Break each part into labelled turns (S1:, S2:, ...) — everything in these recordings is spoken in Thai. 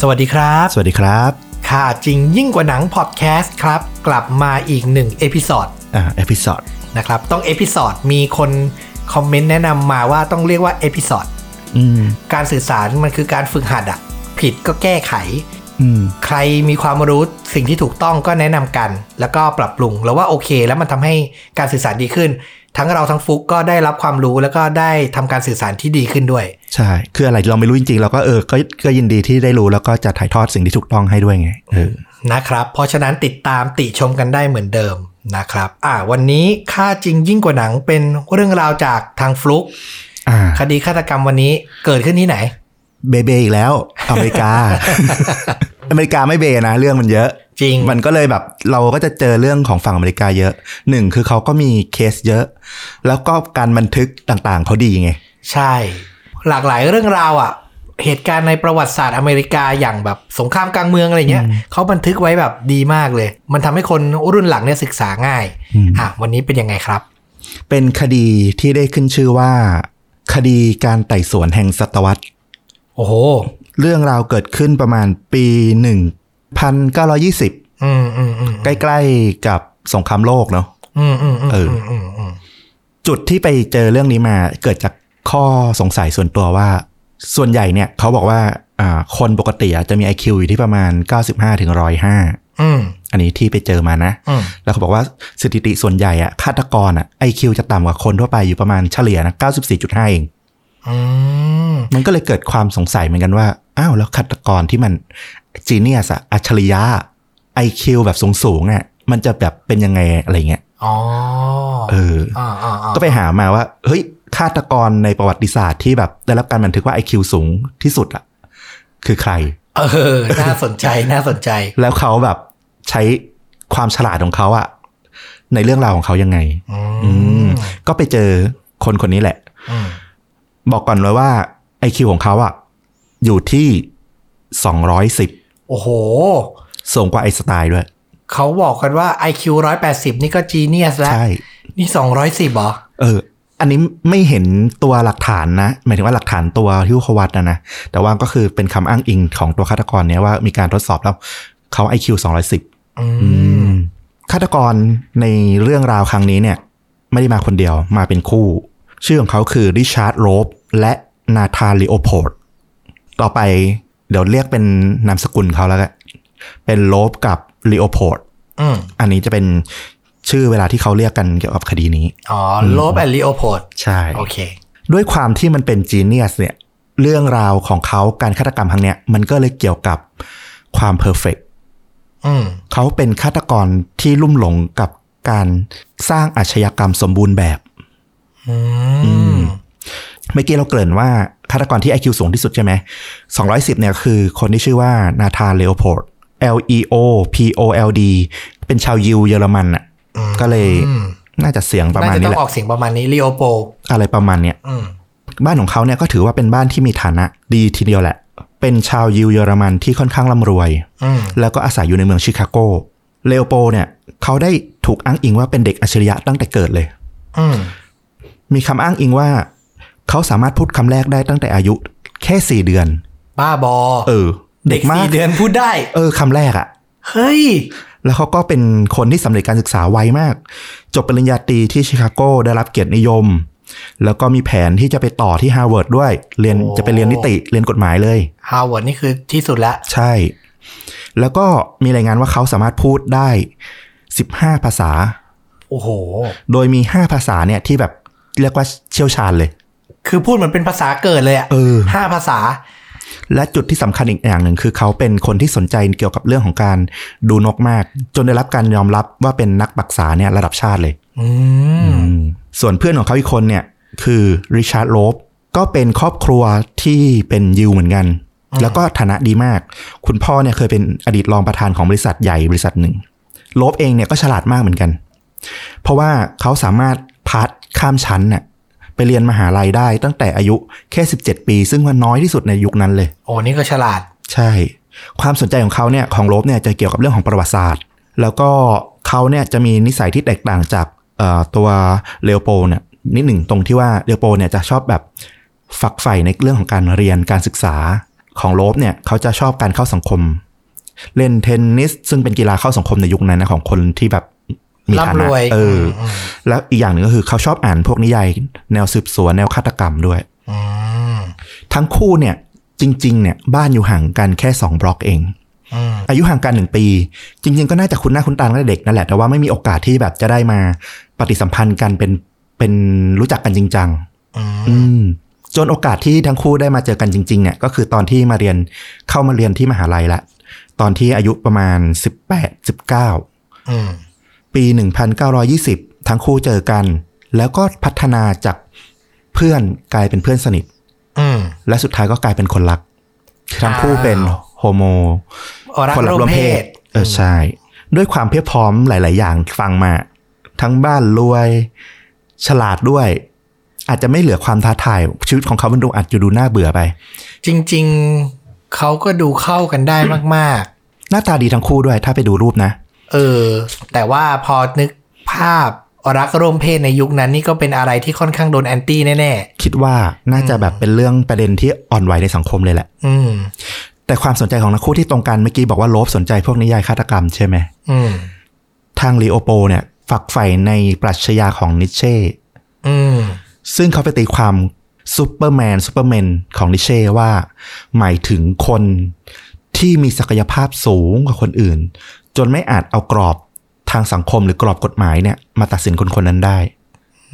S1: สวัสดีครับ
S2: สวัสดีครับ
S1: ค่ะจริงยิ่งกว่าหนังพอดแคสต์ครับ กลับมาอีกหนึ่งเอพิซอด
S2: อ่าเอพิซอด
S1: นะครับ ต้องเอพิซอดมีคนคอมเมนต์แนะนำมาว่าต้องเรียกว่าเอพิซอด
S2: อืม
S1: การสื่อสารมันคือการฝึกหัดอะผิดก็แก้ไข
S2: อืม
S1: ใครมีความรู้สิ่งที่ถูกต้องก็แนะนำกัน แล้วก็ปรับปรุงแล้วว่าโอเค แล้วมันทำให้การสื่อสารดีขึ้น ทั้งเราทั้งฟุกก็ได้รับความรู้แล้วก็ได้ทำการสื่อสารที่ดีขึ้นด้วย
S2: ใช่ คืออะไรที่เราไม่รู้จริงๆ เราก็เออก็ก็ยินดีที่ได้รู้แล้วก็จะถ่ายทอดสิ่งที่ถูกต้องให้ด้วยไงเออ
S1: นะครับ เพราะฉะนั้นติดตามติชมกันได้เหมือนเดิมนะครับ อ่า วันนี้ค่าจริงยิ่งกว่าหนังเป็นเรื่องราวจากทางฟลุก
S2: อ่า
S1: คดีฆาตกรรมวันนี้เกิดขึ้นที่ไหน
S2: เบเบอีกแล้ว อเมริ กา อเมริกาไม่เบนะ เรื่องมันเยอะ
S1: จริง
S2: มันก็เลยแบบเราก็จะเจอเรื่องของฝั่งอเมริกาเยอะหนึ่งคือเขาก็มีเคสเยอะ แล้วก็การบันทึกต่างๆเขาดีไง
S1: ใช่ หลากหลายเรื่องราวอะ่ะ เหตุการณ์ในประวัติศาสตร์อเมริกาอย่างแบบสงครามกลางเมืองอะไรเงี้ยเขาบันทึกไว้แบบดีมากเลย มันทำให้คนรุ่นหลังเนี่ยศึกษาง่ายอ่ะวันนี้เป็นยังไงครับ
S2: เป็นคดีที่ได้ขึ้นชื่อว่า คดีการไต่สวนแห่งศตวรรษ
S1: โอ้โห
S2: เรื่องราวเกิดขึ้นประมาณปี 1920
S1: อืมอืมอืม
S2: ใกล้ๆกับสงครามโลกเนาะ
S1: อืมอืมอืม
S2: เออ
S1: อืมอืม
S2: จุดที่ไปเจอเรื่องนี้มาเกิดจากข้อสงสัยส่วนตัวว่า ส่วนใหญ่เนี่ยเขาบอกว่าอ่าคนปกติอะจะมี IQ อยู่ที่ประมาณ 95ถึง105
S1: อืม
S2: อันนี้ที่ไปเจอมานะ
S1: อืม
S2: แล้วเขาบอกว่าสถิติส่วนใหญ่อะฆาตกรอะ IQ จะต่ำกว่าคนทั่วไปอยู่ประมาณเฉลี่ยนะ94.5 เอง
S1: อืม
S2: มันก็เลยเกิดความสงสัยเหมือนกันว่า อ้าว แล้วฆาตกรที่มันจีเนียสอะอัจฉริยะ IQ แบบสูงสูงๆอะมันจะแบบเป็นยังไงอะไรเงี้ย
S1: อ๋อ
S2: เออ
S1: อ่าอ่าอ่า
S2: ก็ไปหามาว่า เฮ้ย ฆาตกรในประวัติศาสตร์ที่แบบได้รับการบันทึกว่า IQ สูงที่สุดอะคือใคร
S1: เออ น่าสนใจ น่าสนใจ
S2: แล้วเขาแบบใช้ความฉลาดของเขาอะในเรื่องราวของเขายังไง
S1: อื
S2: อืม
S1: ม
S2: ก็ไปเจอคนคนนี้แหละ
S1: อืม
S2: บอกก่อนเลยว่า IQ ของเขาอะอยู่ที่210
S1: โอ้โห
S2: สูงกว่าไอสไตล์ด้วย
S1: เขาบอกกันว่า IQ 180 นี่ก็จีเนียสแล้ว
S2: ใช่
S1: นี่ 210เหรอ
S2: เออ อันนี้ไม่เห็นตัวหลักฐานนะ หมายถึงว่าหลักฐานตัวที่เขาวัดนะนะ แต่ว่าก็คือเป็นคำอ้างอิงของตัวฆาตกรเนี่ยว่ามีการทดสอบแล้วเขา IQ 210
S1: อื
S2: อื
S1: ม
S2: มฆาตกรในเรื่องราวครั้งนี้เนี่ย ไม่ได้มาคนเดียวมาเป็นคู่ ชื่อของเขาคือริชาร์ดโรบและนาธานลิโอโพดต่อไปเดี๋ยวเรียกเป็นนามสกุลเขาแล้วกันเป็นโรบกับลิโอโพด
S1: อืม
S2: อันนี้จะเป็นชื่อเวลาที่เขาเรียกกันเกี่ยวกับคดีนี้
S1: อ๋อ โลบแอนลิโอโพด
S2: ใช่
S1: โอเค
S2: ด้วยความที่มันเป็นจีเนียสเนี่ย เรื่องราวของเขาการฆาตกรรมครั้งเนี้ยมันก็เลยเกี่ยวกับความเพอร์เฟก
S1: อืม
S2: เขาเป็นฆาตกรที่ลุ่มหลงกับการสร้างอาชญากรรมสมบูรณ์แบบ
S1: อืม
S2: เมื่อกี้เราเกริ่นว่าฆาตกรที่ IQ สูงที่สุดใช่ไหม 210 เนี่ยคือคนที่ชื่อว่านาธานเลโอโพด L E O P O L D เป็นชาวยิวเยอรมันอ่ะ ก็เลยน่าจะเสียงประ
S1: น่า
S2: มาณ
S1: จะ
S2: นี้
S1: ต้อ
S2: แห
S1: ง
S2: ละ
S1: ออกเสียงประมาณนี้ลิโอโป
S2: อะไรประมาณเนี้ย
S1: อืม
S2: บ้านของเขาเนี่ยก็ถือว่าเป็นบ้านที่มีฐานะดีทีเดียวแหละ เป็นชาวยิวเยอรมันที่ค่อนข้างร่ำรวย
S1: อืม
S2: แล้วก็อาศัยอยู่ในเมืองชิคาโก เลโอโปเนี่ยเขาได้ถูกอ้างอิงว่าเป็นเด็กอัจฉริยะตั้งแต่เกิดเลย
S1: อืม
S2: มีคำอ้างอิงว่า เขาสามารถพูดคำแรกได้ตั้งแต่อายุ แค่สี่เดือน
S1: บ้าบอ
S2: เออ เด็กมา
S1: สี่
S2: ก
S1: เดือนพูดได้
S2: เออคำแรกอะ
S1: เฮ้ย
S2: แล้วเขาก็เป็นคนที่สำเร็จการศึกษาไวมาก จบปริญญาตรีที่ชิคาโกได้รับเกียรตินิยม แล้วก็มีแผนที่จะไปต่อที่ฮาร์วาร์ดด้วย เรียน
S1: โอ้
S2: จะไปเรียนนิติเรียนกฎหมายเลย
S1: ฮาวเวิร์ดนี่คือที่สุดละ
S2: ใช่ แล้วก็มีรายงานว่าเขาสามารถพูดได้ 15 ภาษา
S1: โอ้โห
S2: โดยมี 5 ภาษาเนี่ยที่แบบเรียกว่าเชี่ยวชาญเลย
S1: คือพูดเหมือนเป็นภาษาเกิดเลยอะ
S2: เออ
S1: ห้าภาษา
S2: และจุดที่สำคัญอีกอย่างหนึ่งคือเขาเป็นคนที่สนใจเกี่ยวกับเรื่องของการดูนกมาก จนได้รับการยอมรับว่าเป็นนักปรักษาเนี่ยระดับชาติเลย
S1: อืม
S2: อืมส่วนเพื่อนของเขาอีกคนเนี่ยคือริชาร์ดโลบก็เป็นครอบครัวที่เป็นยิวเหมือนกัน แล้วก็ฐานะดีมาก คุณพ่อเนี่ยเคยเป็นอดีตรองประธานของบริษัทใหญ่บริษัทหนึ่งโลบเองเนี่ยก็ฉลาดมากเหมือนกัน เพราะว่าเขาสามารถพัดข้ามชั้นน่ะไปเรียนมหาลัยได้ตั้งแต่อายุแค่ 17 ปี ซึ่งว่าน้อยที่สุดในยุคนั้นเลย
S1: โอ้นี่ก็ฉลาด
S2: ใช่ ความสนใจของเขาเนี่ยของโลบเนี่ยจะเกี่ยวกับเรื่องของประวัติศาสตร์ แล้วก็เขาเนี่ยจะมีนิสัยที่แตกต่างจากเอ่อตัวเลโอโปลด์เนี่ยนิดหนึ่งตรงที่ว่าเลโอโปลด์เนี่ยจะชอบแบบฝักใฝ่ในเรื่องของการเรียนการศึกษา ของโลบเนี่ยเขาจะชอบการเข้าสังคม เล่นเทนนิส ซึ่งเป็นกีฬาเข้าสังคมในยุคนั้นนะของคนที่แบบมีฐา
S1: ร่ำร
S2: นะ
S1: วย
S2: เอออ
S1: ม
S2: แล้วอีกอย่างหนึ่งก็คือเขาชอบอ่านพวกนิยายแนวสืบสวนแนวฆาตกรรมด้วย
S1: อืม
S2: ทั้งคู่เนี่ยจริง ๆ เนี่ยบ้านอยู่ห่างกันแค่ 2 บล็อกเอง
S1: อืม
S2: อายุห่างกันหนึ่งปี จริง ๆ ก็น่าจะคุ้นหน้าคุ้นตาตั้งแต่เด็กนั่นแหละ แต่ว่าไม่มีโอกาสที่แบบจะได้มาปฏิสัมพันธ์กันเป็นเป็นรู้จักกันจริงจัง
S1: อืม
S2: อืมจนโอกาสที่ทั้งคู่ได้มาเจอกันจริง ๆ เนี่ยก็คือตอนที่มาเรียนเข้ามาเรียนที่มหาลัยละ ตอนที่อายุประมาณ 18 19
S1: อืม
S2: ปี 1920 ทั้งคู่เจอกัน แล้วก็พัฒนาจากเพื่อนกลายเป็นเพื่อนสนิท
S1: อืม
S2: และสุดท้ายก็กลายเป็นคนรัก ทั้งคู่เป็นโฮโม
S1: อ๋อรัก
S2: คนรั
S1: ร่วมเพศ
S2: เออใช่ ด้วยความเพียบพร้อมหลาย ๆ อย่างฟังมา ทั้งบ้านรวย ฉลาดด้วย อาจจะไม่เหลือความท้าทาย ชีวิตของเขามันดูอาจจะดูน่าเบื่อไป
S1: จริง ๆเขาก็ดูเข้ากันได้มาก
S2: หน้าตาดีทั้งคู่ด้วย ถ้าไปดูรูปนะ
S1: ๆ เออ แต่ว่าพอนึกภาพรักร่วมเพศในยุคนั้นนี่ก็เป็นอะไรที่ค่อนข้างโดนแอนตี้แน่
S2: คิดว่าน่าจะแบบเป็นเรื่องประเด็นที่อ่อนไหวในสังคมเลยแหละ
S1: ๆ อืม
S2: แต่ความสนใจของนักคู่ที่ตรงกันเมื่อกี้บอกว่าโลบสนใจพวกนิยายฆาตกรรมใช่ไหม
S1: อืม
S2: ทางลีโอโปเนี่ยฝักใฝ่ในปรัชญาของนิเช่
S1: อืม
S2: ซึ่งเขาไปตีความซูเปอร์แมนซูเปอร์แมนของนิเช่ว่า หมายถึงคนที่มีศักยภาพสูงกว่าคนอื่น จนไม่อาจเอากรอบทางสังคมหรือกรอบกฎหมายเนี่ยมาตัดสินคนคนนั้นได้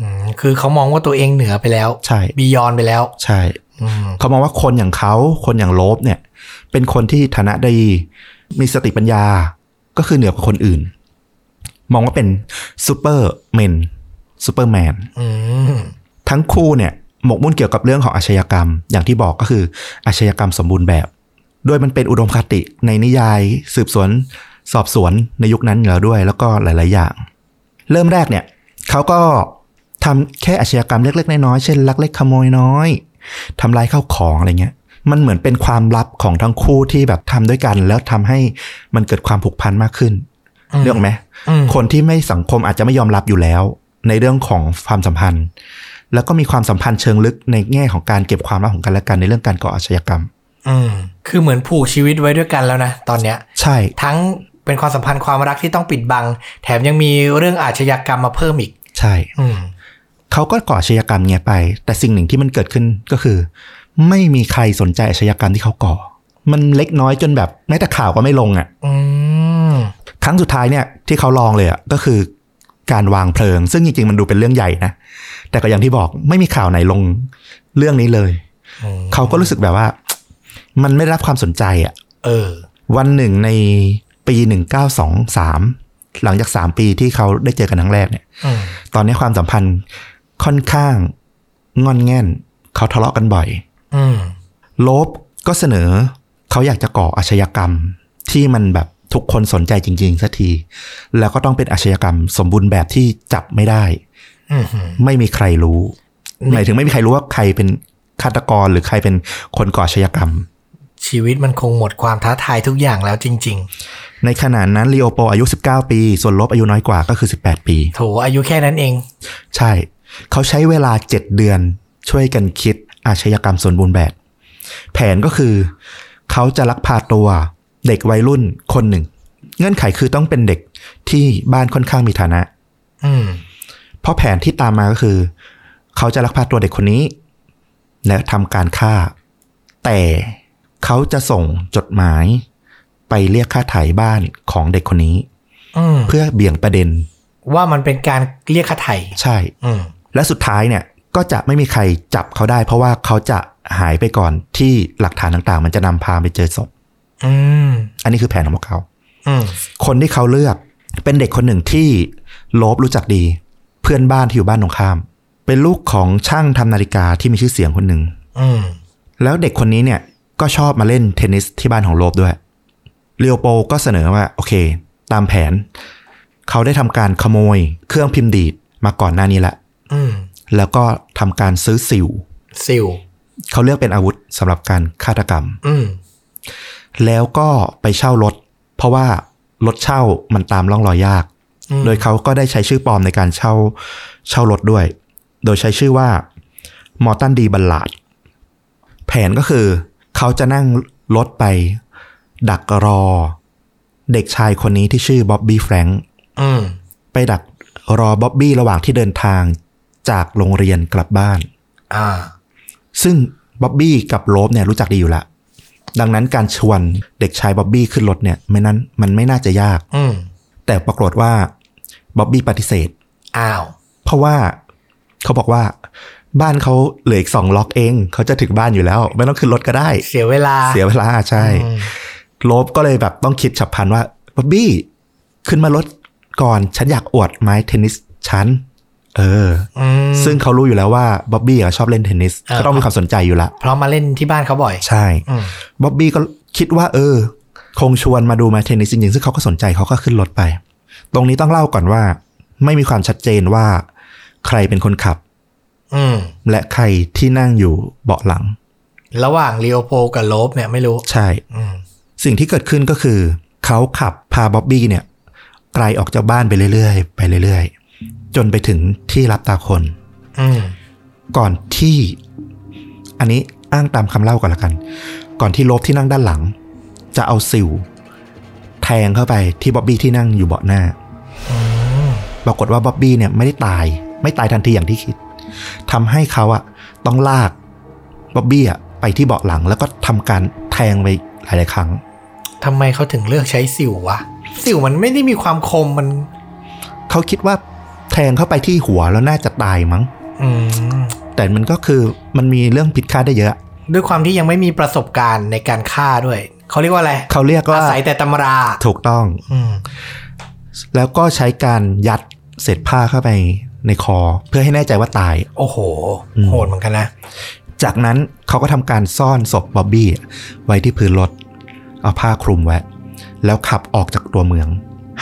S1: อืม คือเขามองว่าตัวเองเหนือไปแล้ว
S2: ใช่
S1: บียอนไปแล้ว
S2: ใช่
S1: อืม
S2: เขามองว่าคนอย่างเขาคนอย่างโลบเนี่ย เป็นคนที่ฐานะดี มีสติปัญญาก็คือเหนือกว่าคนอื่น มองว่าเป็นซูเปอร์เมนซูเปอร์แมน
S1: อืม
S2: ทั้งคู่เนี่ย หมกมุ่นเกี่ยวกับเรื่องของอาชญากรรม อย่างที่บอกก็คืออาชญากรรมสมบูรณ์แบบ โดยมันเป็นอุดมคติในนิยายสืบสวน สอบสวนในยุคนั้นอยู่แล้วด้วย แล้วก็หลาย ๆ อย่าง เริ่มแรกเนี่ย เขาก็ทำแค่อาชญากรรมเล็ก ๆ น้อย ๆ เช่นลักเล็กขโมยน้อย ทำลายข้าวของอะไรเงี้ย มันเหมือนเป็นความลับของทั้งคู่ที่แบบทำด้วยกัน แล้วทำให้มันเกิดความผูกพันมากขึ้น
S1: อืม
S2: เรื่องไหม
S1: อืม
S2: คนที่ไม่สังคมอาจจะไม่ยอมรับอยู่แล้ว ในเรื่องของความสัมพันธ์ แล้วก็มีความสัมพันธ์เชิงลึกในแง่ของการเก็บความลับของกันและกันในเรื่องการก่ออาชญากรรม
S1: อืม คือเหมือนผูกชีวิตไว้ด้วยกันแล้วนะ ตอนเนี้ย
S2: ใช่
S1: ทั้งเป็นความสัมพันธ์ความรักที่ต้องปิดบัง แถมยังมีเรื่องอาชญากรรมมาเพิ่มอีก
S2: ใช่
S1: อืม
S2: เขาก็ก่ออาชญากรรมเงี้ยไป แต่สิ่งหนึ่งที่มันเกิดขึ้นก็คือ ไม่มีใครสนใจอาชญากรรมที่เขาก่อ มันเล็กน้อยจนแบบแม้แต่ข่าวก็ไม่ลงอ่ะ
S1: อืม
S2: ครั้งสุดท้ายเนี่ยที่เขาลองเลยอ่ะก็คือการวางเพลิง ซึ่งจริงๆมันดูเป็นเรื่องใหญ่นะ แต่ก็อย่างที่บอกไม่มีข่าวไหนลงเรื่องนี้เลย
S1: อืม
S2: เขาก็รู้สึกแบบว่า มันไม่ได้รับความสนใจอ่ะ
S1: เออ
S2: วันหนึ่งในปี 1923 หลังจาก 3 ปีที่เขาได้เจอกันครั้งแรกเนี่ย
S1: อืม
S2: ตอนนี้ความสัมพันธ์ค่อนข้างงอนแง่น เขาทะเลาะกันบ่อย
S1: อืม
S2: โลบก็เสนอเขาอยากจะก่ออาชญากรรมที่มันแบบทุกคนสนใจจริงๆสักที แล้วก็ต้องเป็นอาชญากรรมสมบูรณ์แบบที่จับไม่ได้
S1: อืม
S2: ไม่มีใครรู้หมายถึงไม่มีใครรู้ว่าใครเป็นฆาตกรหรือใครเป็นคนก่ออาชญากรรม
S1: ชีวิตมันคงหมดความท้าทายทุกอย่างแล้วจริง
S2: ในขณะนั้นลีโอโปอายุ 19 ปี ส่วนลบอายุน้อยกว่าก็คือ 18 ปี
S1: ๆ โถอายุแค่นั้นเอง
S2: ใช่ เขาใช้เวลา 7 เดือนช่วยกันคิดอาชญากรรมสมบูรณ์แบบ แผนก็คือ เขาจะลักพาตัวเด็กวัยรุ่นคนหนึ่ง เงื่อนไขคือต้องเป็นเด็กที่บ้านค่อนข้างมีฐานะ
S1: อืม
S2: เพราะแผนที่ตามมาก็คือ เขาจะลักพาตัวเด็กคนนี้ และทำการฆ่า แต่เขาจะส่งจดหมายไปเรียกค่าไถ่บ้านของเด็กคนนี้
S1: อืม
S2: เพื่อเบี่ยงประเด็น
S1: ว่ามันเป็นการเรียกค่าไถ่
S2: ใช่
S1: อืม
S2: และสุดท้ายเนี่ยก็จะไม่มีใครจับเขาได้ เพราะว่าเขาจะหายไปก่อนที่หลักฐานต่างๆ มันจะนำพาไปเจอศพ
S1: อืม
S2: อันนี้คือแผนของพวกเขา
S1: อืม
S2: คนที่เขาเลือกเป็นเด็กคนหนึ่งที่โลบรู้จักดี เพื่อนบ้านที่อยู่บ้านตรงข้าม เป็นลูกของช่างทำนาฬิกาที่มีชื่อเสียงคนหนึ่ง
S1: อืม
S2: แล้วเด็กคนนี้เนี่ยก็ชอบมาเล่นเทนนิสที่บ้านของโลบด้วยเลียวโปก็เสนอว่า โอเค ตามแผน เขาได้ทำการขโมย เครื่องพิมพ์ดีดมาก่อนหน้านี้ละ
S1: อืม
S2: แล้วก็ทำการซื้อสิว
S1: สิว
S2: เขาเลือกเป็นอาวุธสำหรับการฆาตกรรม
S1: อืม
S2: แล้วก็ไปเช่ารถ เพราะว่ารถเช่ามันตามร่องรอยยาก
S1: อืม
S2: โดยเขาก็ได้ใช้ชื่อปลอมในการเช่าเช่ารถด้วย โดยใช้ชื่อว่ามอร์ตันดีบัลลาด แผนก็คือ เขาจะนั่ง รถไป ดักรอ เด็กชายคนนี้ที่ชื่อบ๊อบบี้แฟรงค์
S1: อืม
S2: ไปดักรอบ๊อบบี้ระหว่างที่เดินทางจากโรงเรียนกลับบ้าน
S1: อ่า
S2: ซึ่งบ๊อบบี้กับโรบเนี่ยรู้จักดีอยู่ละ ดังนั้นการชวนเด็กชายบ๊อบบี้ขึ้นรถเนี่ยไม่นั้นมันไม่น่าจะยาก
S1: อืม
S2: แต่ปรากฏว่าบ๊อบบี้ปฏิเสธ
S1: อ้าว
S2: เพราะว่าเขาบอกว่า บ้านเขาเหลืออีกสองล็อกเอง เขาจะถึงบ้านอยู่แล้ว ไม่ต้องขึ้นรถก็ได้
S1: เสียเวลา
S2: เสียเวลาใช่
S1: อืม
S2: โลบก็เลยแบบต้องคิดฉับพลันว่าบ๊อบบี้ขึ้นมารถก่อนฉันอยากอวดไม้เทนนิสฉันเออ
S1: อืม
S2: อซึ่งเขารู้อยู่แล้วว่าบ๊อบบี้อะชอบเล่นเทนนิส
S1: อ่า
S2: ก็ต้องมีความสนใจอยู่ละ
S1: เพราะมาเล่นที่บ้านเขาบ่อย
S2: ใช่
S1: อืม
S2: บ๊อบบี้ก็คิดว่า เออ คงชวนมาดูไม้เทนนิสจริงๆซึ่งเขาก็สนใจเขาก็ขึ้นรถไป ตรงนี้ต้องเล่าก่อนว่า ไม่มีความชัดเจนว่า ใครเป็นคนขับ
S1: อืม
S2: และใครที่นั่งอยู่เบาะหลัง
S1: ระหว่างลีโอโพลกับโลบเนี่ยไม่รู้
S2: ใช่
S1: อืม
S2: สิ่งที่เกิดขึ้นก็คือ เขาขับพาบ๊อบบี้เนี่ยไกลออกจากบ้านไปเรื่อยๆ ไปเรื่อยๆ จนไปถึงที่รับตาคน
S1: อืม
S2: ก่อนที่ อันนี้อ้างตามคำเล่าก่อนละกัน ก่อนที่โลบที่นั่งด้านหลัง จะเอาสิว แทงเข้าไปที่บ๊อบบี้ที่นั่งอยู่เบาะหน้า ปรากฏว่าบ๊อบบี้เนี่ยไม่ได้ตาย ไม่ตายทันทีอย่างที่คิดทำให้เขาอะต้องลากบ๊อบบี้อะไปที่เบาะหลัง แล้วก็ทำการแทงไปหลายๆครั้ง
S1: ทำไมเขาถึงเลือกใช้สิววะ สิวมันไม่ได้มีความคมมัน
S2: เขาคิดว่าแทงเข้าไปที่หัวแล้วน่าจะตายมั้ง
S1: อืม
S2: แต่มันก็คือมันมีเรื่องผิดคาดได้เยอะ
S1: ด้วยความที่ยังไม่มีประสบการณ์ในการฆ่าด้วย เขาเรียกว่าอะไร
S2: เขาเรียกว่า
S1: อาศัยแต่ตำรา
S2: ถูกต้อง
S1: อืม
S2: แล้วก็ใช้การยัดเศษผ้าเข้าไปในคอ เพื่อให้แน่ใจว่าตาย
S1: โอ้โห
S2: อืม
S1: โหดเหมือนกันนะ
S2: จากนั้นเขาก็ทำการซ่อนศพบ๊อบบี้ไว้ที่พื้นรถ เอาผ้าคลุมไว้ แล้วขับออกจากตัวเมือง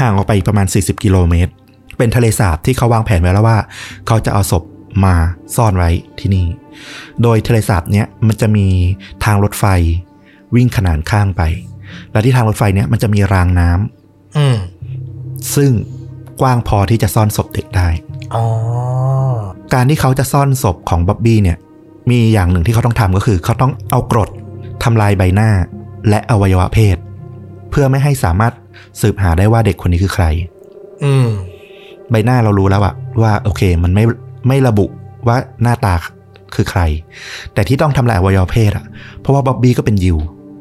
S2: ห่างออกไปอีกประมาณ 40 กิโลเมตร เป็นทะเลสาบที่เขาวางแผนไว้แล้วว่า เขาจะเอาศพมาซ่อนไว้ที่นี่ โดยทะเลสาบเนี้ยมันจะมีทางรถไฟวิ่งขนานข้างไป และที่ทางรถไฟเนี้ยมันจะมีรางน้ำ
S1: อืม
S2: ซึ่งกว้างพอที่จะซ่อนศพเด็กได้
S1: อ๋อ
S2: การที่เขาจะซ่อนศพของบ๊อบบี้เนี่ย มีอย่างหนึ่งที่เขาต้องทำก็คือ เขาต้องเอากรดทำลายใบหน้า และอวัยวะเพศ เพื่อไม่ให้สามารถสืบหาได้ว่าเด็กคนนี้คือใคร
S1: อืม
S2: ใบหน้าเรารู้แล้วอะว่าโอเค มันไม่ไม่ระบุว่าหน้าตาคือใคร แต่ที่ต้องทำลายอวัยวะเพศอะเพราะว่าบ๊อบบี้ก็เป็นยิว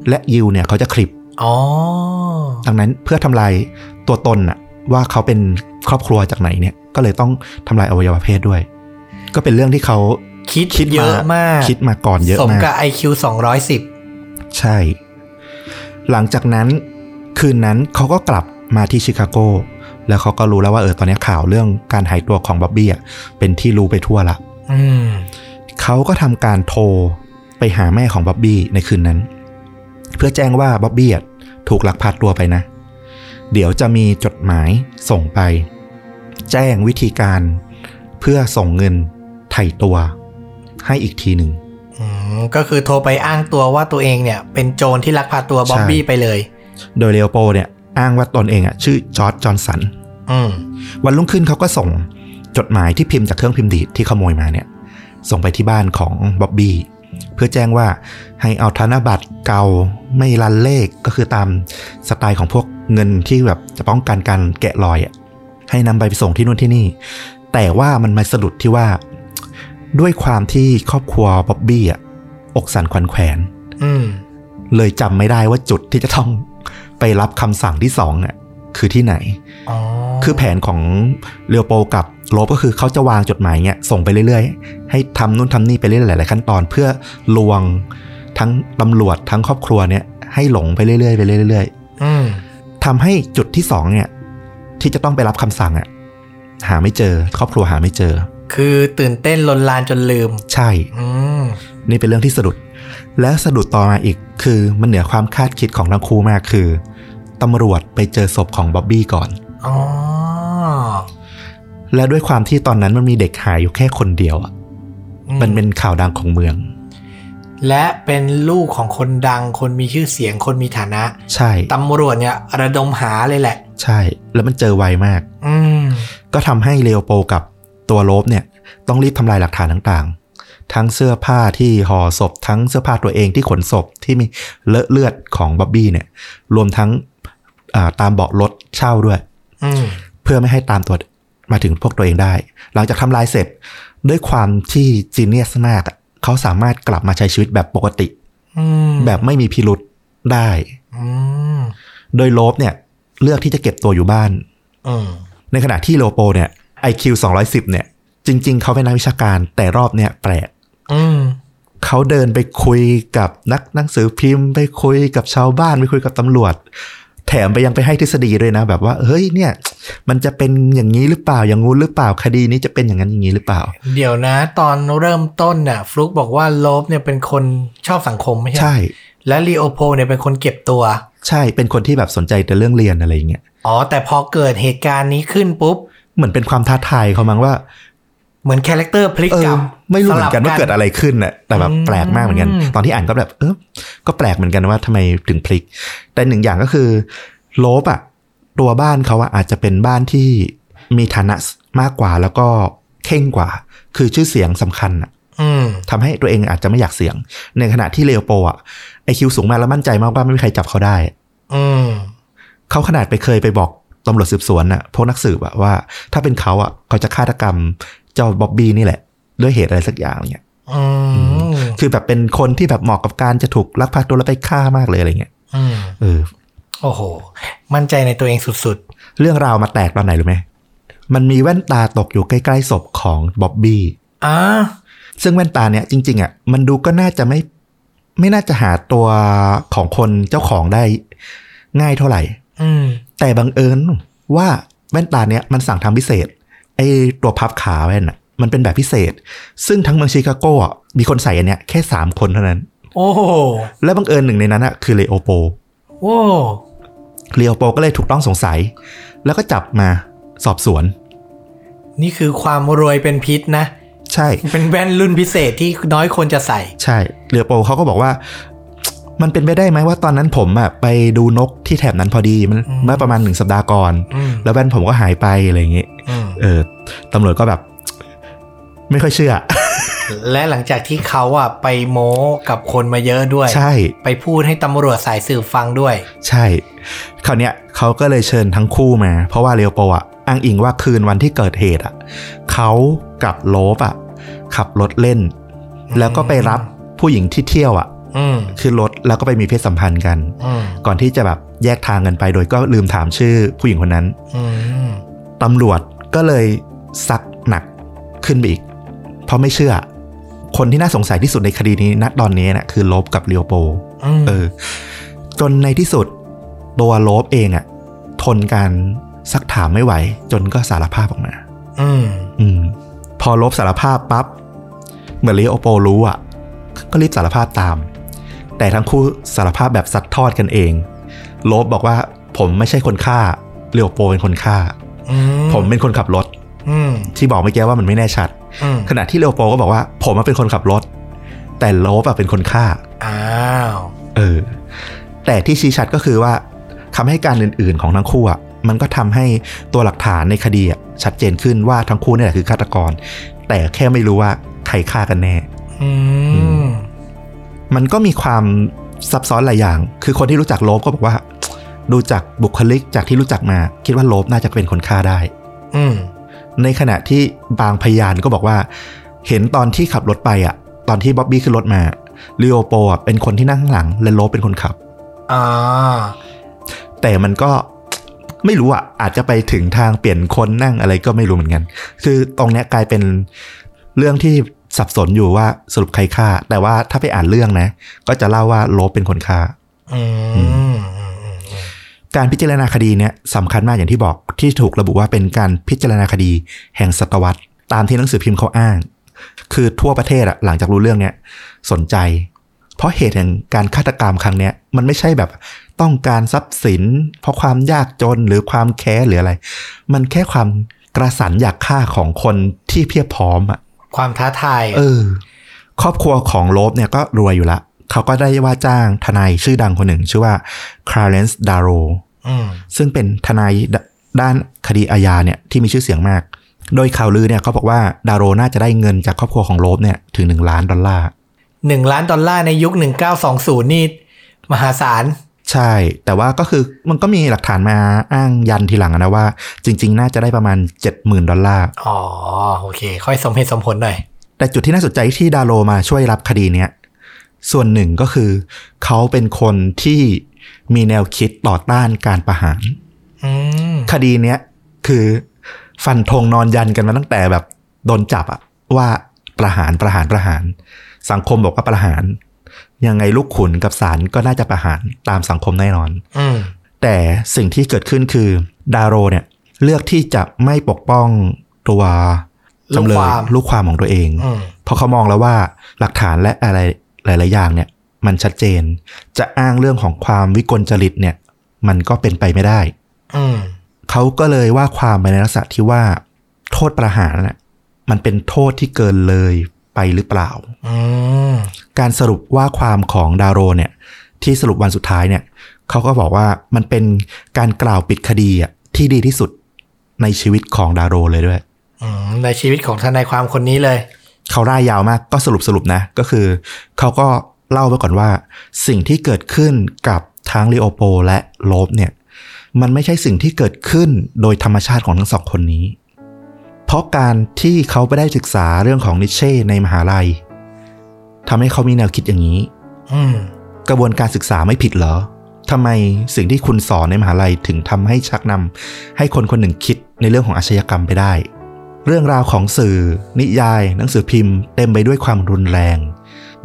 S2: และยิวเนี่ยเขาจะคลิป
S1: อ๋อ
S2: ดังนั้นเพื่อทำลายตัวตนน่ะว่าเขาเป็นครอบครัวจากไหนเนี่ยก็เลยต้องทำลายอวัยวะเพศด้วย ก็เป็นเรื่องที่เขา
S1: คิดเยอะมาก
S2: คิดมาก่อนเยอะ
S1: สม
S2: มาก
S1: กับ IQ สองร้อยสิบ
S2: ใช่ หลังจากนั้นคืนนั้นเขาก็กลับมาที่ชิคาโก แล้วเขาก็รู้แล้วว่าเออตอนนี้ข่าวเรื่องการหายตัวของบ๊อบบี้อะเป็นที่รู้ไปทั่วละ
S1: อืม
S2: เขาก็ทำการโทรไปหาแม่ของบ๊อบบี้ในคืนนั้น เพื่อแจ้งว่าบ๊อบบี้อะถูกลักพาตัวไปนะ เดี๋ยวจะมีจดหมายส่งไป แจ้งวิธีการเพื่อส่งเงินไถ่ตัว ให้อีกทีหนึ่ง
S1: อืม ก็คือโทรไปอ้างตัวว่าตัวเองเนี่ย เป็นโจรที่ลักพาตัวบ๊อบบี้
S2: ใช่
S1: ไปเลย
S2: โดยเลโอโปเนี่ยอ้างว่าตนเองอะชื่อจอร์จจอห์นสัน
S1: อืม
S2: วันรุ่งขึ้นเขาก็ส่งจดหมายที่พิมพ์จากเครื่องพิมพ์ดีดที่ขโมยมาเนี่ย ส่งไปที่บ้านของบ๊อบบี้เพื่อแจ้งว่าให้เอาธนบัตรเก่าไม่ลันเลขก็คือตามสไตล์ของพวกเงินที่แบบจะป้องกันการแกะรอยอะให้นำไปไปส่งที่นู่นที่นี่ แต่ว่ามันมาสะดุดที่ว่า ด้วยความที่ครอบครัวบ๊อบบี้อะอกสั่นขวัญแขวน
S1: อืม
S2: เลยจำไม่ได้ว่าจุดที่จะต้องไปรับคำสั่งที่สองอะคือที่ไหน
S1: อ๋อ
S2: คือแผนของเรียวโปกับโลบก็คือเขาจะวางจดหมายเนี่ยส่งไปเรื่อยๆ ให้ทำนู่นทำนี่ไปเรื่อยๆหลายๆขั้นตอน เพื่อลวงทั้งตำรวจทั้งครอบครัวเนี่ยให้หลงไปเรื่อยๆไปเรื่อย
S1: อืม
S2: ๆทำให้จุดที่สองเนี่ยที่จะต้องไปรับคำสั่งอ่ะหาไม่เจอ ครอบครัวหาไม่เจอ
S1: คือตื่นเต้นลนลานจนลืม
S2: ใช่
S1: อืม
S2: นี่เป็นเรื่องที่สะดุด และสะดุดต่อมาอีกคือมันเหนือความคาดคิดของทั้งคู่มากคือตำรวจไปเจอศพของบ๊อบบี้ก่อน
S1: อ๋อ
S2: และด้วยความที่ตอนนั้นมันมีเด็กหายอยู่แค่คนเดียวอะ
S1: อื
S2: มันเป็นข่าวดังของเมือง
S1: และเป็นลูกของคนดัง คนมีชื่อเสียง คนมีฐานะ
S2: ใช่
S1: ตำรวจเนี่ยระดมหาเลยแหละ
S2: ใช่ แล้วมันเจอไวมาก
S1: อืม
S2: ก็ทำให้เลโอโปกับตัวโลบเนี่ย ต้องรีบทำลายหลักฐานต่างๆ ทั้งเสื้อผ้าที่ห่อศพ ทั้งเสื้อผ้าตัวเองที่ขนศพที่มีเลอะเลือดของบ๊อบบี้เนี่ย รวมทั้งอ่าตามเบาะรถเช่าด้วย
S1: อืม
S2: เพื่อไม่ให้ตามตัวมาถึงพวกตัวเองได้ หลังจากทำลายเสร็จด้วยความที่จีเนียสมากอะเขาสามารถกลับมาใช้ชีวิตแบบปกติ
S1: อืม
S2: แบบไม่มีพิรุษได้
S1: อืม
S2: โดยโลบเนี่ยเลือกที่จะเก็บตัวอยู่บ้าน
S1: อืม
S2: ในขณะที่โลโปเนี่ย IQ 210 เนี่ย จริง ๆ เขาเป็นนักวิชาการแต่รอบเนี่ยแปลก
S1: อืม
S2: เขาเดินไปคุยกับนักหนังสือพิมพ์ ไปคุยกับชาวบ้านไปคุยกับตำรวจ แถมไปยังไปให้ทฤษฎีด้วยนะ แบบว่า เฮ้ยเนี่ย มันจะเป็นอย่างนี้หรือเปล่าอย่างงู้นหรือเปล่าคดีนี้จะเป็นอย่างนั้นอย่างนี้หรือเปล่า
S1: เดี๋ยวนะ ตอนเริ่มต้นน่ะ ฟลุกบอกว่าโลบเนี่ยเป็นคนชอบสังคมไม่ใช่
S2: ใช่
S1: และลีโอโพลเนี่ยเป็นคนเก็บตัว
S2: ใช่เป็นคนที่แบบสนใจแต่เรื่องเรียนอะไรอย่างเงี้ย
S1: อ๋อ แต่พอเกิดเหตุการณ์นี้ขึ้นปุ๊บ
S2: เหมือนเป็นความท้าทายเขามั้งว่า
S1: เหมือนคาแรคเตอร์พลิก
S2: เอก อ
S1: ลับ
S2: ไม่รู้
S1: ส
S2: เหมื
S1: ลั
S2: อบ นกันว่าเกิดอะไรขึ้นน่ะแต่แบบ
S1: อืม
S2: แปลกมากเหมือนกัน ตอนที่อ่านก็แบบ เออก็แปลกเหมือนกันว่าทำไมถึงพลิก แต่หนึ่งอย่างก็คือ โลบอะตัวบ้านเขาอะอาจจะเป็นบ้านที่มีฐานะมากกว่าแล้วก็เข่งกว่า คือชื่อเสียงสำคัญอะ
S1: อืม
S2: ทำให้ตัวเองอาจจะไม่อยากเสียง ในขณะที่เลโอโปอะไอคิวสูงมากแล้วมั่นใจมากว่าไม่มีใครจับเขาได้
S1: อืม
S2: เขาขนาดไปเคยไปบอกตำรวจสืบสวนน่ะพวกนักสืบอะว่า ถ้าเป็นเขาอะเขาจะฆาตกรรมเจ้าบ๊อบบี้นี่แหละ ด้วยเหตุอะไรสักอย่างเนี่ย
S1: อืม
S2: คือแบบเป็นคนที่แบบเหมาะกับการจะถูกลักพาตัวแล้วไปฆ่ามากเลยอะไรเงี้ย
S1: อืม
S2: เออ
S1: โอ้โห มั่นใจในตัวเองสุด
S2: เรื่องราวมาแตกตอนไหนรู้ไหม มันมีแว่นตาตกอยู่ใกล้ๆศพของบ๊อบบี้
S1: ๆอ่า
S2: ซึ่งแว่นตาเนี่ยจริงๆอ่ะมันดูก็น่าจะไม่ ไม่น่าจะหาตัวของคนเจ้าของได้ง่ายเท่าไหร่
S1: อืม
S2: แต่บังเอิญว่าแว่นตาเนี้ยมันสั่งทำพิเศษ ไอ้ตัวพับขาแว่นอ่ะ มันเป็นแบบพิเศษ ซึ่งทั้งเมืองชิคาโกอ่ะมีคนใส่อันเนี้ยแค่สามคนเท่านั้น
S1: โอ้โห
S2: และบังเอิญหนึ่งในนั้นอ่ะคือเลโอโป
S1: โอ้
S2: เรียวโปก็เลยถูกต้องสงสัย แล้วก็จับมาสอบสวน
S1: นี่คือความรวยเป็นพิษนะ
S2: ใช่
S1: เป็นแว่นรุ่นพิเศษที่น้อยคนจะใส่
S2: ใช่เรียวโปเขาก็บอกว่า มันเป็นไปได้ไหมว่าตอนนั้นผมอะไปดูนกที่แถบนั้นพอดีมัน
S1: อืม
S2: เมื่อประมาณหนึ่งสัปดาห์ก่อน
S1: อืม
S2: แล้วแว่นผมก็หายไปอะไรอย่างเงี้ย
S1: อืม
S2: เออตำรวจก็แบบ ไม่ค่อยเชื่อ
S1: และหลังจากที่เขาอ่ะไปโม้กับคนมาเยอะด้วย
S2: ใช่
S1: ไปพูดให้ตำรวจสายสืบฟังด้วย
S2: ใช่ คราวเนี้ยเขาก็เลยเชิญทั้งคู่มา เพราะว่าเรียวโปอะอ้างอิงว่าคืนวันที่เกิดเหตุอะเขากับโลบอะขับรถเล่น
S1: อืม
S2: แล้วก็ไปรับผู้หญิงที่เที่ยวอะ
S1: อืม
S2: ขึ้นรถแล้วก็ไปมีเพศสัมพันธ์กัน
S1: อืม
S2: ก่อนที่จะแบบแยกทางกันไปโดยก็ลืมถามชื่อผู้หญิงคนนั้น
S1: อืม
S2: ตำรวจก็เลยซักหนักขึ้นไปอีก เพราะไม่เชื่อ คนที่น่าสงสัยที่สุดในคดีนี้ณตอนนี้นะคือโลบกับเรียวโป
S1: อืม
S2: เออจนในที่สุดตัวโลบเองอะทนการซักถามไม่ไหว จนก็สารภาพออกมา
S1: อืม
S2: อืม พอโลบสารภาพปั๊บเหมือนเลโอโปรู้อะก็รีบสารภาพตาม แต่ทั้งคู่สารภาพแบบซัดทอดกันเอง โลบบอกว่าผมไม่ใช่คนฆ่าเลโอโปเป็นคนฆ่า
S1: อืม
S2: ผมเป็นคนขับรถ
S1: อืม
S2: ที่บอกเมื่อกี้ว่ามันไม่แน่ชัด
S1: อืม
S2: ขณะที่เลโอโปก็บอกว่า ผมอะเป็นคนขับรถ แต่โลบอะเป็นคนฆ่า
S1: อ้าว
S2: เออแต่ที่ชี้ชัดก็คือว่าคำให้การอื่นๆของทั้งคู่อ่ะมันก็ทำให้ตัวหลักฐานในคดีอ่ะชัดเจนขึ้นว่าทั้งคู่เนี่ยแหละคือฆาตกร แต่แค่ไม่รู้ว่าใครฆ่ากันแน่
S1: อืม
S2: มันก็มีความซับซ้อนหลายอย่าง คือคนที่รู้จักโลบก็บอกว่า ดูจากบุคลิกจากที่รู้จักมา คิดว่าโลบน่าจะเป็นคนฆ่าได้
S1: อืม
S2: ในขณะที่บางพยานก็บอกว่า เห็นตอนที่ขับรถไปอ่ะ ตอนที่บ๊อบบี้ขึ้นรถมาลีโอโปอ่ะเป็นคนที่นั่งข้างหลัง และโลบเป็นคนขับ
S1: อ่า
S2: แต่มันก็ ไม่รู้อ่ะ อาจจะไปถึงทางเปลี่ยนคนนั่งอะไรก็ไม่รู้เหมือนกัน คือตรงเนี้ยกลายเป็นเรื่องที่สับสนอยู่ว่าสรุปใครฆ่า แต่ว่าถ้าไปอ่านเรื่องนะ ก็จะเล่าว่าโลบเป็นคนฆ่า
S1: อืม อืม
S2: การพิจารณาคดีเนี้ยสำคัญมากอย่างที่บอกที่ถูกระบุว่าเป็นการพิจารณาคดีแห่งศตวรรษ ตามที่หนังสือพิมพ์เขาอ้าง คือทั่วประเทศอะหลังจากรู้เรื่องเนี้ยสนใจ เพราะเหตุแห่งการฆาตกรรมครั้งเนี้ยมันไม่ใช่แบบต้องการทรัพย์สิน เพราะความยากจนหรือความแค้นหรืออะไร มันแค่ความกระสันอยากฆ่าของคนที่เพียบพร้อมอะ
S1: ความท้าทาย
S2: เออ ครอบครัวของโลบเนี่ยก็รวยอยู่ละ เขาก็ได้ว่าจ้างทนายชื่อดังคนหนึ่ง ชื่อว่าคลาเรนซ์ดาโร
S1: อืม
S2: ซึ่งเป็นทนายดด้านคดีอาญาเนี่ยที่มีชื่อเสียงมาก โดยข่าวลือเนี่ยเขาบอกว่าดาโรน่าจะได้เงินจากครอบครัวของโลฟเนี่ยถึง 1 ล้านดอลลาร์
S1: หนึ่งล้านดอลลาร์ในยุค 1920 นี่มหาศาล
S2: ใช่ แต่ว่าก็คือมันก็มีหลักฐานมาอ้างยันทีหลังอะนะว่า จริง ๆ น่าจะได้ประมาณ 70,000 ดอลลาร์
S1: อ๋อ โอเค ค่อยสมเหตุสมผลหน่อย
S2: แต่จุดที่น่าสนใจที่ดาโลมาช่วยรับคดีเนี้ยส่วนหนึ่งก็คือ เขาเป็นคนที่มีแนวคิดต่อต้านการประหาร
S1: อืม
S2: คดีเนี้ยคือฟันธงนอนยันกันมาตั้งแต่แบบโดนจับอะว่าประหารประหารประหาร สังคมบอกว่าประหาร ยังไงลูกขุนกับศาลก็น่าจะประหารตามสังคมแน่นอน
S1: อืม
S2: แต่สิ่งที่เกิดขึ้นคือดาโรเนี่ยเลือกที่จะไม่ปกป้องตัวจำเล
S1: ลูก
S2: ยว
S1: คาม
S2: ลูกความของตัวเอง
S1: อืม
S2: เพราะเขามองแล้วว่าหลักฐานและอะไรหลาย ๆ อย่างเนี่ย มันชัดเจน จะอ้างเรื่องของความวิกลจริตเนี่ย มันก็เป็นไปไม่ได้
S1: อืม
S2: เขาก็เลยว่าความไปในลักษณะที่ว่า โทษประหารน่ะมันเป็นโทษที่เกินเลยไปหรือเปล่า
S1: อืม
S2: การสรุปว่าความของดาโรเนี่ย ที่สรุปวันสุดท้ายเนี่ยเขาก็บอกว่ามันเป็นการกล่าวปิดคดีอะที่ดีที่สุดในชีวิตของดาโรเลยด้วย
S1: อืม ในชีวิตของทนายความคนนี้เลย
S2: เขาร่ายยาวมากก็สรุปสรุปนะ ก็คือ เขาก็เล่าไว้ก่อนว่า สิ่งที่เกิดขึ้นกับทั้งลีโอโปและโลบเนี่ย มันไม่ใช่สิ่งที่เกิดขึ้นโดยธรรมชาติของทั้งสองคนนี้ เพราะการที่เขาไปได้ศึกษาเรื่องของนิเช่ในมหาลัยทำให้เขามีแนวคิดอย่างนี้
S1: อืม
S2: กระบวนการศึกษาไม่ผิดเหรอทำไมสิ่งที่คุณสอนในมหาลัยถึงทำให้ชักนำให้คนคนหนึ่งคิดในเรื่องของอาชญากรรมไปได้ เรื่องราวของสื่อ นิยาย หนังสือพิมพ์ เต็มไปด้วยความรุนแรง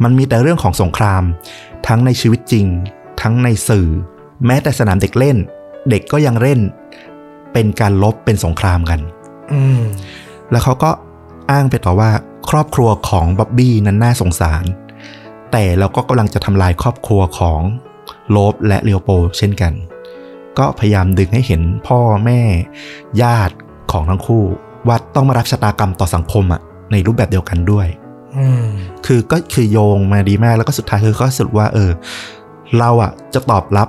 S2: มันมีแต่เรื่องของสงคราม ทั้งในชีวิตจริง ทั้งในสื่อ แม้แต่สนามเด็กเล่น เด็กก็ยังเล่น เป็นการลบเป็นสงครามกัน
S1: อืม
S2: แล้วเขาก็อ้างไปต่อว่าครอบครัวของบ๊อบบี้นั้นน่าสงสาร แต่เราก็กำลังจะทำลายครอบครัวของโลบและเลโอโปลด์เช่นกัน ก็พยายามดึงให้เห็นพ่อแม่ ญาติของทั้งคู่ ว่าต้องมารับชะตากรรมต่อสังคมอะในรูปแบบเดียวกันด้วย
S1: อืม
S2: คือก็คือโยงมาดีมากแล้วก็สุดท้ายคือก็สรุปว่าเออ เราอะจะตอบรับ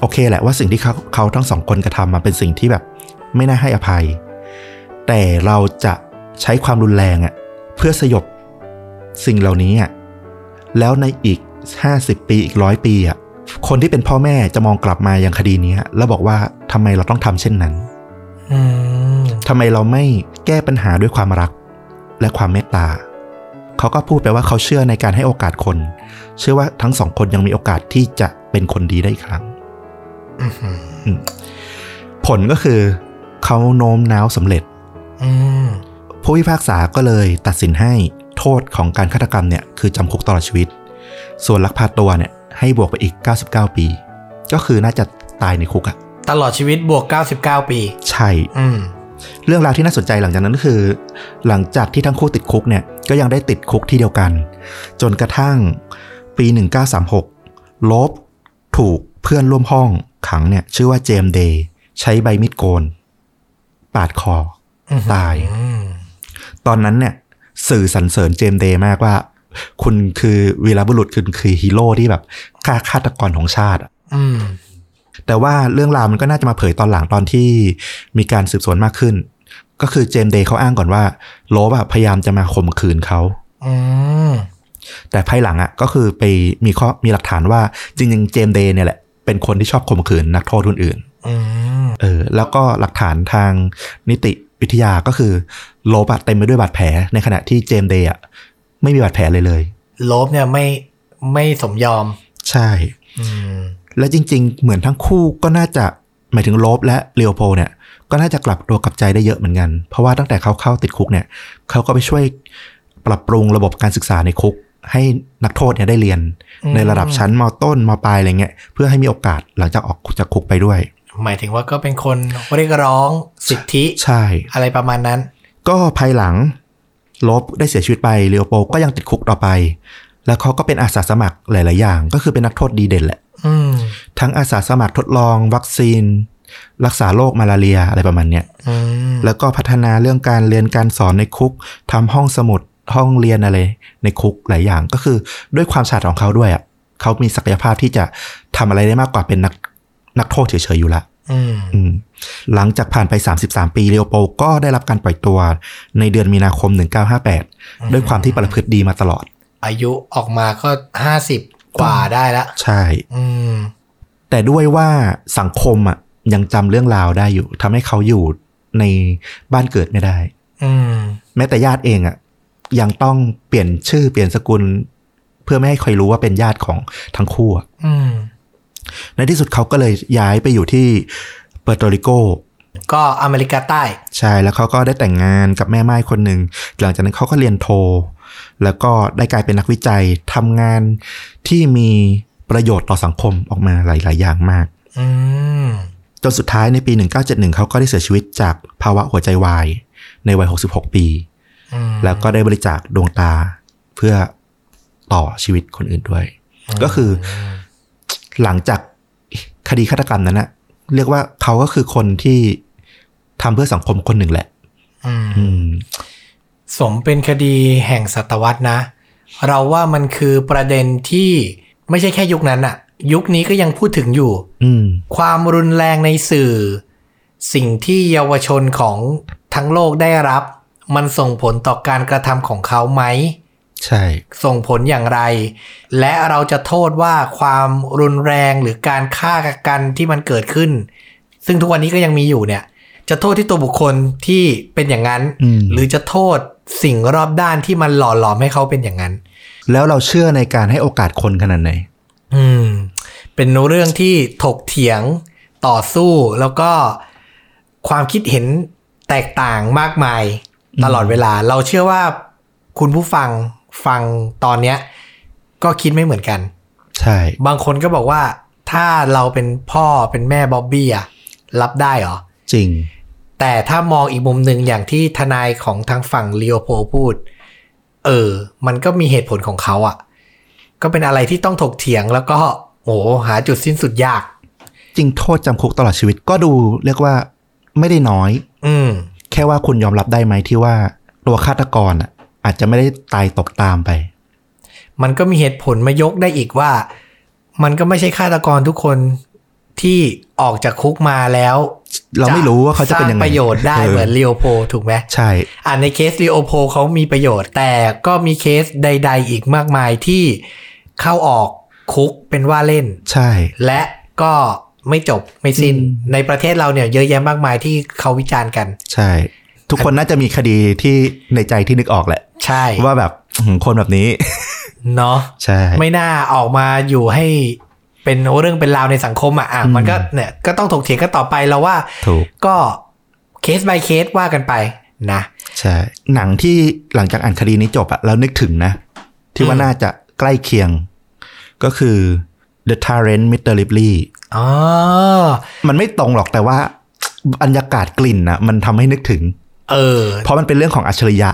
S2: โอเคแหละว่าสิ่งที่เขาเขาทั้งสองคนกระทำมันเป็นสิ่งที่แบบ ไม่น่าให้อภัย แต่เราจะใช้ความรุนแรงอะเพื่อสยบสิ่งเหล่านี้อะแล้วในอีก 50 ปีอีกร้อยปีอะคนที่เป็นพ่อแม่จะมองกลับมายังคดีนี้แล้วบอกว่าทำไมเราต้องทำเช่นนั้น
S1: อืม
S2: ทำไมเราไม่แก้ปัญหาด้วยความรักและความเมตตา เขาก็พูดไปว่าเขาเชื่อในการให้โอกาสคน เชื่อว่าทั้งสองคนยังมีโอกาสที่จะเป็นคนดีได้อีกครั้ง
S1: อืม
S2: ผลก็คือ เขาโน้มน้าวสำเร็จ
S1: อืม
S2: ผู้พิพากษาก็เลยตัดสินให้โทษของการฆาตกรรมเนี่ยคือจำคุกตลอดชีวิต ส่วนลักพาตัวเนี่ยให้บวกไปอีก 99 ปี ก็คือน่าจะตายในคุกอะ
S1: ตลอดชีวิตบวก 99 ปี
S2: ใช่
S1: อืม
S2: เรื่องราวที่น่าสนใจหลังจากนั้นก็คือ หลังจากที่ทั้งคู่ติดคุกเนี่ยก็ยังได้ติดคุกที่เดียวกัน จนกระทั่งปี 1936 โลบถูกเพื่อนร่วมห้องขังเนี่ยชื่อว่าเจมส์เดย์ใช้ใบมีดโกน ปาดคออ
S1: อหือ
S2: ตาย
S1: อืม
S2: ตอนนั้นเนี่ยสื่อสรรเสริญเจมส์เดย์มากว่า คุณคือวีรบุรุษคุณคือฮีโร่ที่แบบฆ่าฆาตกรของชาติอะ
S1: อืม
S2: แต่ว่าเรื่องราวมันก็น่าจะมาเผยตอนหลังตอนที่มีการสืบสวนมากขึ้น ก็คือเจมส์เดย์เขาอ้างก่อนว่า โลบอะพยายามจะมาข่มขืนเขา
S1: อืม
S2: แต่ภายหลังอะก็คือไปมีข้อมีหลักฐานว่าจริงๆเจมส์เดย์เนี่ยแหละ เป็นคนที่ชอบข่มขืนนักโทษคนอื่น
S1: อืม
S2: เออแล้วก็หลักฐานทางนิติวิทยาก็คือ โลบอะเต็มไปด้วยบาดแผล ในขณะที่เจมส์เดย์อะไม่มีบาดแผลเลยเลย
S1: โลบเนี่ยไม่ไม่สมยอม
S2: ใช่
S1: อืม
S2: และจริง ๆ เหมือนทั้งคู่ก็น่าจะหมายถึงโลบและเลโอโพลเนี่ย ก็น่าจะกลับตัวกลับใจได้เยอะเหมือนกัน เพราะว่าตั้งแต่เขาเข้าติดคุกเนี่ยเขาก็ไปช่วยปรับปรุงระบบการศึกษาในคุก ให้นักโทษเนี่ยได้เรียน
S1: อืม
S2: ในระดับชั้นมต้นมปลายอะไรเงี้ยเพื่อให้มีโอกาสหลังจากออกจากคุกไปด้วย
S1: หมายถึงว่าก็เป็นคนเรียกร้องสิทธิ
S2: ใช่
S1: อะไรประมาณนั้น
S2: ก็ภายหลังโลบได้เสียชีวิตไปเลโอโพลก็ยังติดคุกต่อไป แล้วเขาก็เป็นอาสาสมัครหลาย ๆ อย่าง ก็คือเป็นนักโทษดีเด่นแหละ
S1: อืม
S2: ทั้งอาสาสมัครทดลองวัคซีน รักษาโรคมาลาเรียอะไรประมาณเนี้ย
S1: อืม
S2: แล้วก็พัฒนาเรื่องการเรียนการสอนในคุกทำห้องสมุดห้องเรียนอะไร ในคุกหลายอย่างก็คือด้วยความฉลาดของเขาด้วยอ่ะเขามีศักยภาพที่จะทำอะไรได้มากกว่าเป็นนักนักโทษเฉยๆอยู่ละ
S1: อืม
S2: อืมหลังจากผ่านไป 33 ปีเลโอโปลก็ได้รับการปล่อยตัวในเดือนมีนาคม 1958 ด้วยความที่ประพฤติดีมาตลอด
S1: อายุออกมาก็ห้าสิบกว่าได้ละ
S2: ใช่
S1: อืม
S2: แต่ด้วยว่าสังคมอ่ะยังจำเรื่องราวได้อยู่ทำให้เขาอยู่ในบ้านเกิดไม่ได้
S1: อืม
S2: แม้แต่ญาติเองอ่ะยังต้องเปลี่ยนชื่อเปลี่ยนสกุล เพื่อไม่ให้ใครรู้ว่าเป็นญาติของทั้งคู่อะ
S1: อืม
S2: ในที่สุดเขาก็เลยย้ายไปอยู่ที่เปอร์โตริโก
S1: ก็อเมริกาใต้
S2: ใช่แล้วเขาก็ได้แต่งงานกับแม่ไม้คนหนึ่ง หลังจากนั้นเขาก็เรียนโท แล้วก็ได้กลายเป็นนักวิจัยทำงานที่มีประโยชน์ต่อสังคมออกมาหลาย ๆ อย่างมาก
S1: อืม
S2: จนสุดท้ายในปี 1971 เขาก็ได้เสียชีวิตจากภาวะหัวใจวาย ในวัย 66 ปี
S1: อืม
S2: แล้วก็ได้บริจาคดวงตาเพื่อต่อชีวิตคนอื่นด้วย ก็คือหลังจากคดีฆาตกรรมนั้นนะเรียกว่าเขาก็คือคนที่ทำเพื่อสังคมคนหนึ่งแหละ
S1: อืม
S2: อืม
S1: สมเป็นคดีแห่งศตวรรษนะ เราว่ามันคือประเด็นที่ไม่ใช่แค่ยุคนั้นอะยุคนี้ก็ยังพูดถึงอยู่
S2: อืม
S1: ความรุนแรงในสื่อ สิ่งที่เยาวชนของทั้งโลกได้รับ มันส่งผลต่อการกระทำของเขาไหม
S2: ใช่
S1: ส่งผลอย่างไร และเราจะโทษว่าความรุนแรงหรือการฆ่ากันที่มันเกิดขึ้น ซึ่งทุกวันนี้ก็ยังมีอยู่เนี่ย จะโทษที่ตัวบุคคลที่เป็นอย่างนั้น
S2: อืม
S1: หรือจะโทษสิ่งรอบด้านที่มันหล่อหลอมให้เขาเป็นอย่างนั้น
S2: แล้วเราเชื่อในการให้โอกาสคนขนาดไหน
S1: อืม เป็นเรื่องที่ถกเถียงต่อสู้แล้วก็ความคิดเห็นแตกต่างมากมายตลอดเวลา เราเชื่อว่าคุณผู้ฟังฟังตอนเนี้ย ก็คิดไม่เหมือนกัน
S2: ใช่
S1: บางคนก็บอกว่าถ้าเราเป็นพ่อเป็นแม่บ๊อบบี้อะรับได้เหรอ
S2: จริง
S1: แต่ถ้ามองอีกมุมหนึ่งอย่างที่ทนายของทางฝั่งลีโอโพพูด เออ มันก็มีเหตุผลของเขาอะก็เป็นอะไรที่ต้องถกเถียงแล้วก็โอ้โหหาจุดสิ้นสุดยาก
S2: จริงโทษจำคุกตลอดชีวิตก็ดูเรียกว่าไม่ได้น้อย
S1: อืม
S2: แค่ว่าคุณยอมรับได้ไหมที่ว่าตัวฆาตกรอ่ะ อาจจะไม่ได้ตายตกตามไป
S1: มันก็มีเหตุผลมายกได้อีกว่า มันก็ไม่ใช่ฆาตกรทุกคนที่ออกจากคุกมาแล้ว
S2: เราไม่รู้ว่าเขาจะเป็นยัง
S1: สร้
S2: ไง
S1: ประโยชน์ได้เหมือนลีโอโพถูกไหม
S2: ใช่
S1: อ่านในเคสลีโอโพลเขามีประโยชน์ แต่ก็มีเคสใด ๆ อีกมากมายที่เข้าออกคุกเป็นว่าเล่น
S2: ใช่
S1: และก็ไม่จบไม่สิ้น ในประเทศเราเนี่ยเยอะแยะมากมายที่เขาวิจารณ์กัน
S2: ใช่ ทุกคนน่าจะมีคดีที่ในใจที่นึกออกแหละ
S1: ใช่
S2: ว่าแบบอื้อหือคนแบบนี้
S1: เนาะ
S2: ใช่
S1: ไม่น่าออกมาอยู่ให้เป็นเรื่องเป็นราวในสังคมอ่ะอ่ะมันก็เนี่ยก็ต้องถกเถียงกันต่อไปแล้วว่า
S2: ถูก
S1: ก็เคส by เคสว่ากันไปนะ
S2: ใช่ หนังที่หลังจากอ่านคดีนี้จบอะแล้วนึกถึงนะ ที่ว่า
S1: อืม
S2: น่าจะใกล้เคียง ก็คือ The Tyrant Mr. Ripley
S1: อ๋อ
S2: มันไม่ตรงหรอกแต่ว่าบรรยากาศกลิ่นอะมันทำให้นึกถึง
S1: เออ
S2: เพราะมันเป็นเรื่องของอัจฉริยะ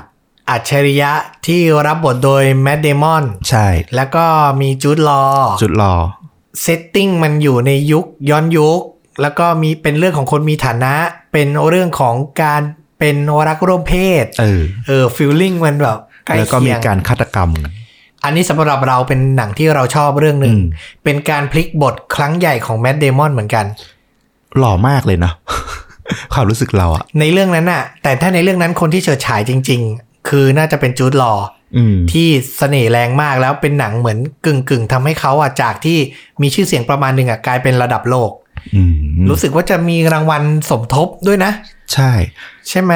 S1: อัจฉริยะที่รับบทโดยแมดเดมอน
S2: ใช่
S1: แล้วก็มีจูดลอว์
S2: จุดรอ
S1: เซตติ้งมันอยู่ในยุคย้อนยุค แล้วก็มีเป็นเรื่องของคนมีฐานะ เป็นเรื่องของการเป็นรักร่วมเพศ
S2: เออ
S1: เออฟิลลิ่งมันแบบใกล้
S2: แล้วก็
S1: เคี
S2: มี
S1: ยง
S2: การฆาตกรรม
S1: อันนี้สำหรับเราเป็นหนังที่เราชอบเรื่องหนึ่ง
S2: อืม
S1: เป็นการพลิกบทครั้งใหญ่ของแมดเดมอนเหมือนกัน
S2: หล่อมากเลยเนาะ ความรู้สึกเราอะ
S1: ในเรื่องนั้นน่ะ แต่ถ้าในเรื่องนั้นคนที่เฉิดฉายจริง ๆ คือน่าจะเป็นจูดลอว์
S2: อืม
S1: ที่เสน่ห์แรงมากแล้วเป็นหนังเหมือนกึ่งกึ่งๆทำให้เขาอ่ะจากที่มีชื่อเสียงประมาณหนึ่งอ่ะกลายเป็นระดับโลก
S2: อืม
S1: รู้สึกว่าจะมีรางวัลสมทบด้วยนะ
S2: ใช่
S1: ใช่ไหม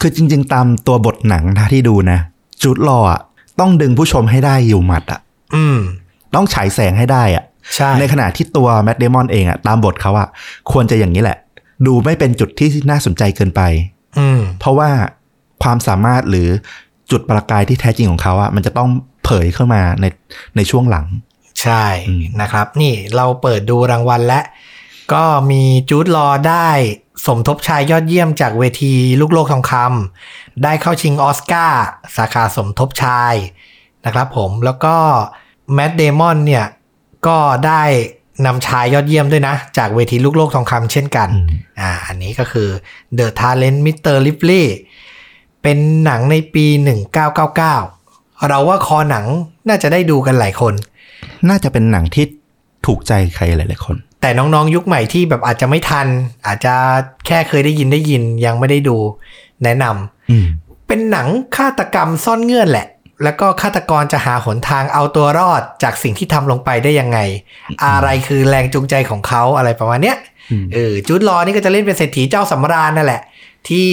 S2: คือจริง ๆ ตามตัวบทหนังนะที่ดูนะ จุดรออะต้องดึงผู้ชมให้ได้อยู่หมัดอะ
S1: อืม
S2: ต้องฉายแสงให้ได้อะ
S1: ใช่
S2: ในขณะที่ตัวแมดเดมอนเองอะตามบทเขาอะควรจะอย่างนี้แหละ ดูไม่เป็นจุดที่น่าสนใจเกินไป
S1: อืม
S2: เพราะว่าความสามารถหรือจุดประกายที่แท้จริงของเขาอะมันจะต้องเผยเข้ามาในในช่วงหลัง
S1: ใช่
S2: อืม
S1: นะครับ นี่เราเปิดดูรางวัลและ ก็มีจูดลอได้สมทบชายยอดเยี่ยมจากเวทีลูกโลกทองคำได้เข้าชิงออสการ์สาขาสมทบชายนะครับผมแล้วก็แมดเดมอนเนี่ย ก็ได้นำชายยอดเยี่ยมด้วยนะ จากเวทีลูกโลกทองคำเช่นกัน อ่าอันนี้ก็คือ The Talent Mr. Ripley เป็นหนังในปี 1999 เราว่าคอหนังน่าจะได้ดูกันหลายคน
S2: น่าจะเป็นหนังที่ถูกใจใครหลาย ๆ คน
S1: แต่น้องๆ ยุคใหม่ที่แบบอาจจะไม่ทัน อาจจะแค่เคยได้ยินได้ยินยังไม่ได้ดูแนะนำ
S2: อืม
S1: เป็นหนังฆาตกรรมซ่อนเงื่อนแหละ แล้วก็ฆาตกรจะหาหนทางเอาตัวรอดจากสิ่งที่ทำลงไปได้ยังไง อะไรคือแรงจูงใจของเขาอะไรประมาณเนี้ย
S2: อืม
S1: เออจูดลอว์นี่ก็จะเล่นเป็นเศรษฐีเจ้าสำราญนั่นแหละ ที่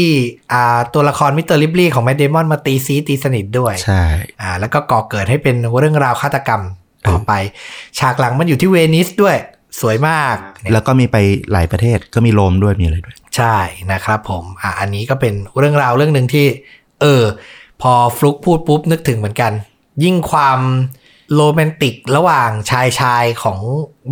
S1: อ่าตัวละครมิสเตอร์ลิบลีของแมดเดมอนมาตีซีตีสนิทด้วย
S2: ใช่
S1: อ่าแล้วก็ก่อเกิดให้เป็นเรื่องราวฆาตกรรมต่อไป ฉากหลังมันอยู่ที่เวนิสด้วยสวยมากเนี่ย
S2: แล้วก็มีไปหลายประเทศก็มีโรมด้วยมีอะไรด้วย
S1: ใช่นะครับผมอ่าอันนี้ก็เป็นเรื่องราวเรื่องหนึ่งที่ เออ พอฟลุกพูดปุ๊บนึกถึงเหมือนกัน ยิ่งความโรแมนติกระหว่างชายชายของ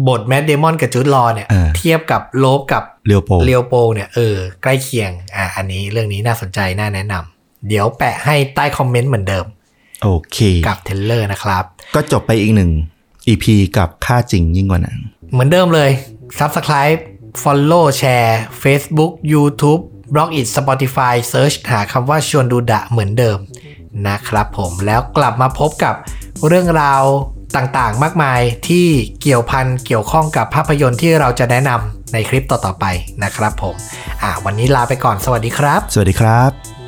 S1: บทแมดเดมอนกับจูดลอว์เนี่ย
S2: เออ
S1: เทียบกับโลบกับ
S2: เรียวโป
S1: เรียวโปเนี่ยเออใกล้เคียงอ่าอันนี้เรื่องนี้น่าสนใจน่าแนะนำเดี๋ยวแปะให้ใต้คอมเมนต์เหมือนเดิม
S2: โอเค
S1: กับเทรลเลอร์นะครับ
S2: ก็จบไปอีกหนึ่ง EP กับค่าจริงยิ่งกว่าหนัง
S1: เหมือนเดิมเลย Subscribe Follow แชร์ Facebook YouTube b l o g i t Spotify Search หาคำว่าชวนดูดะเหมือนเดิมนะครับผมแล้วกลับมาพบกับเรื่องราวต่างๆ มากมายที่เกี่ยวพันเกี่ยวข้องกับภาพยนตร์ที่เราจะแนะนำในคลิปต่อๆไปนะครับผม อ่ะวันนี้ลาไปก่อนสวัสดีครับ
S2: สวัสดีครับ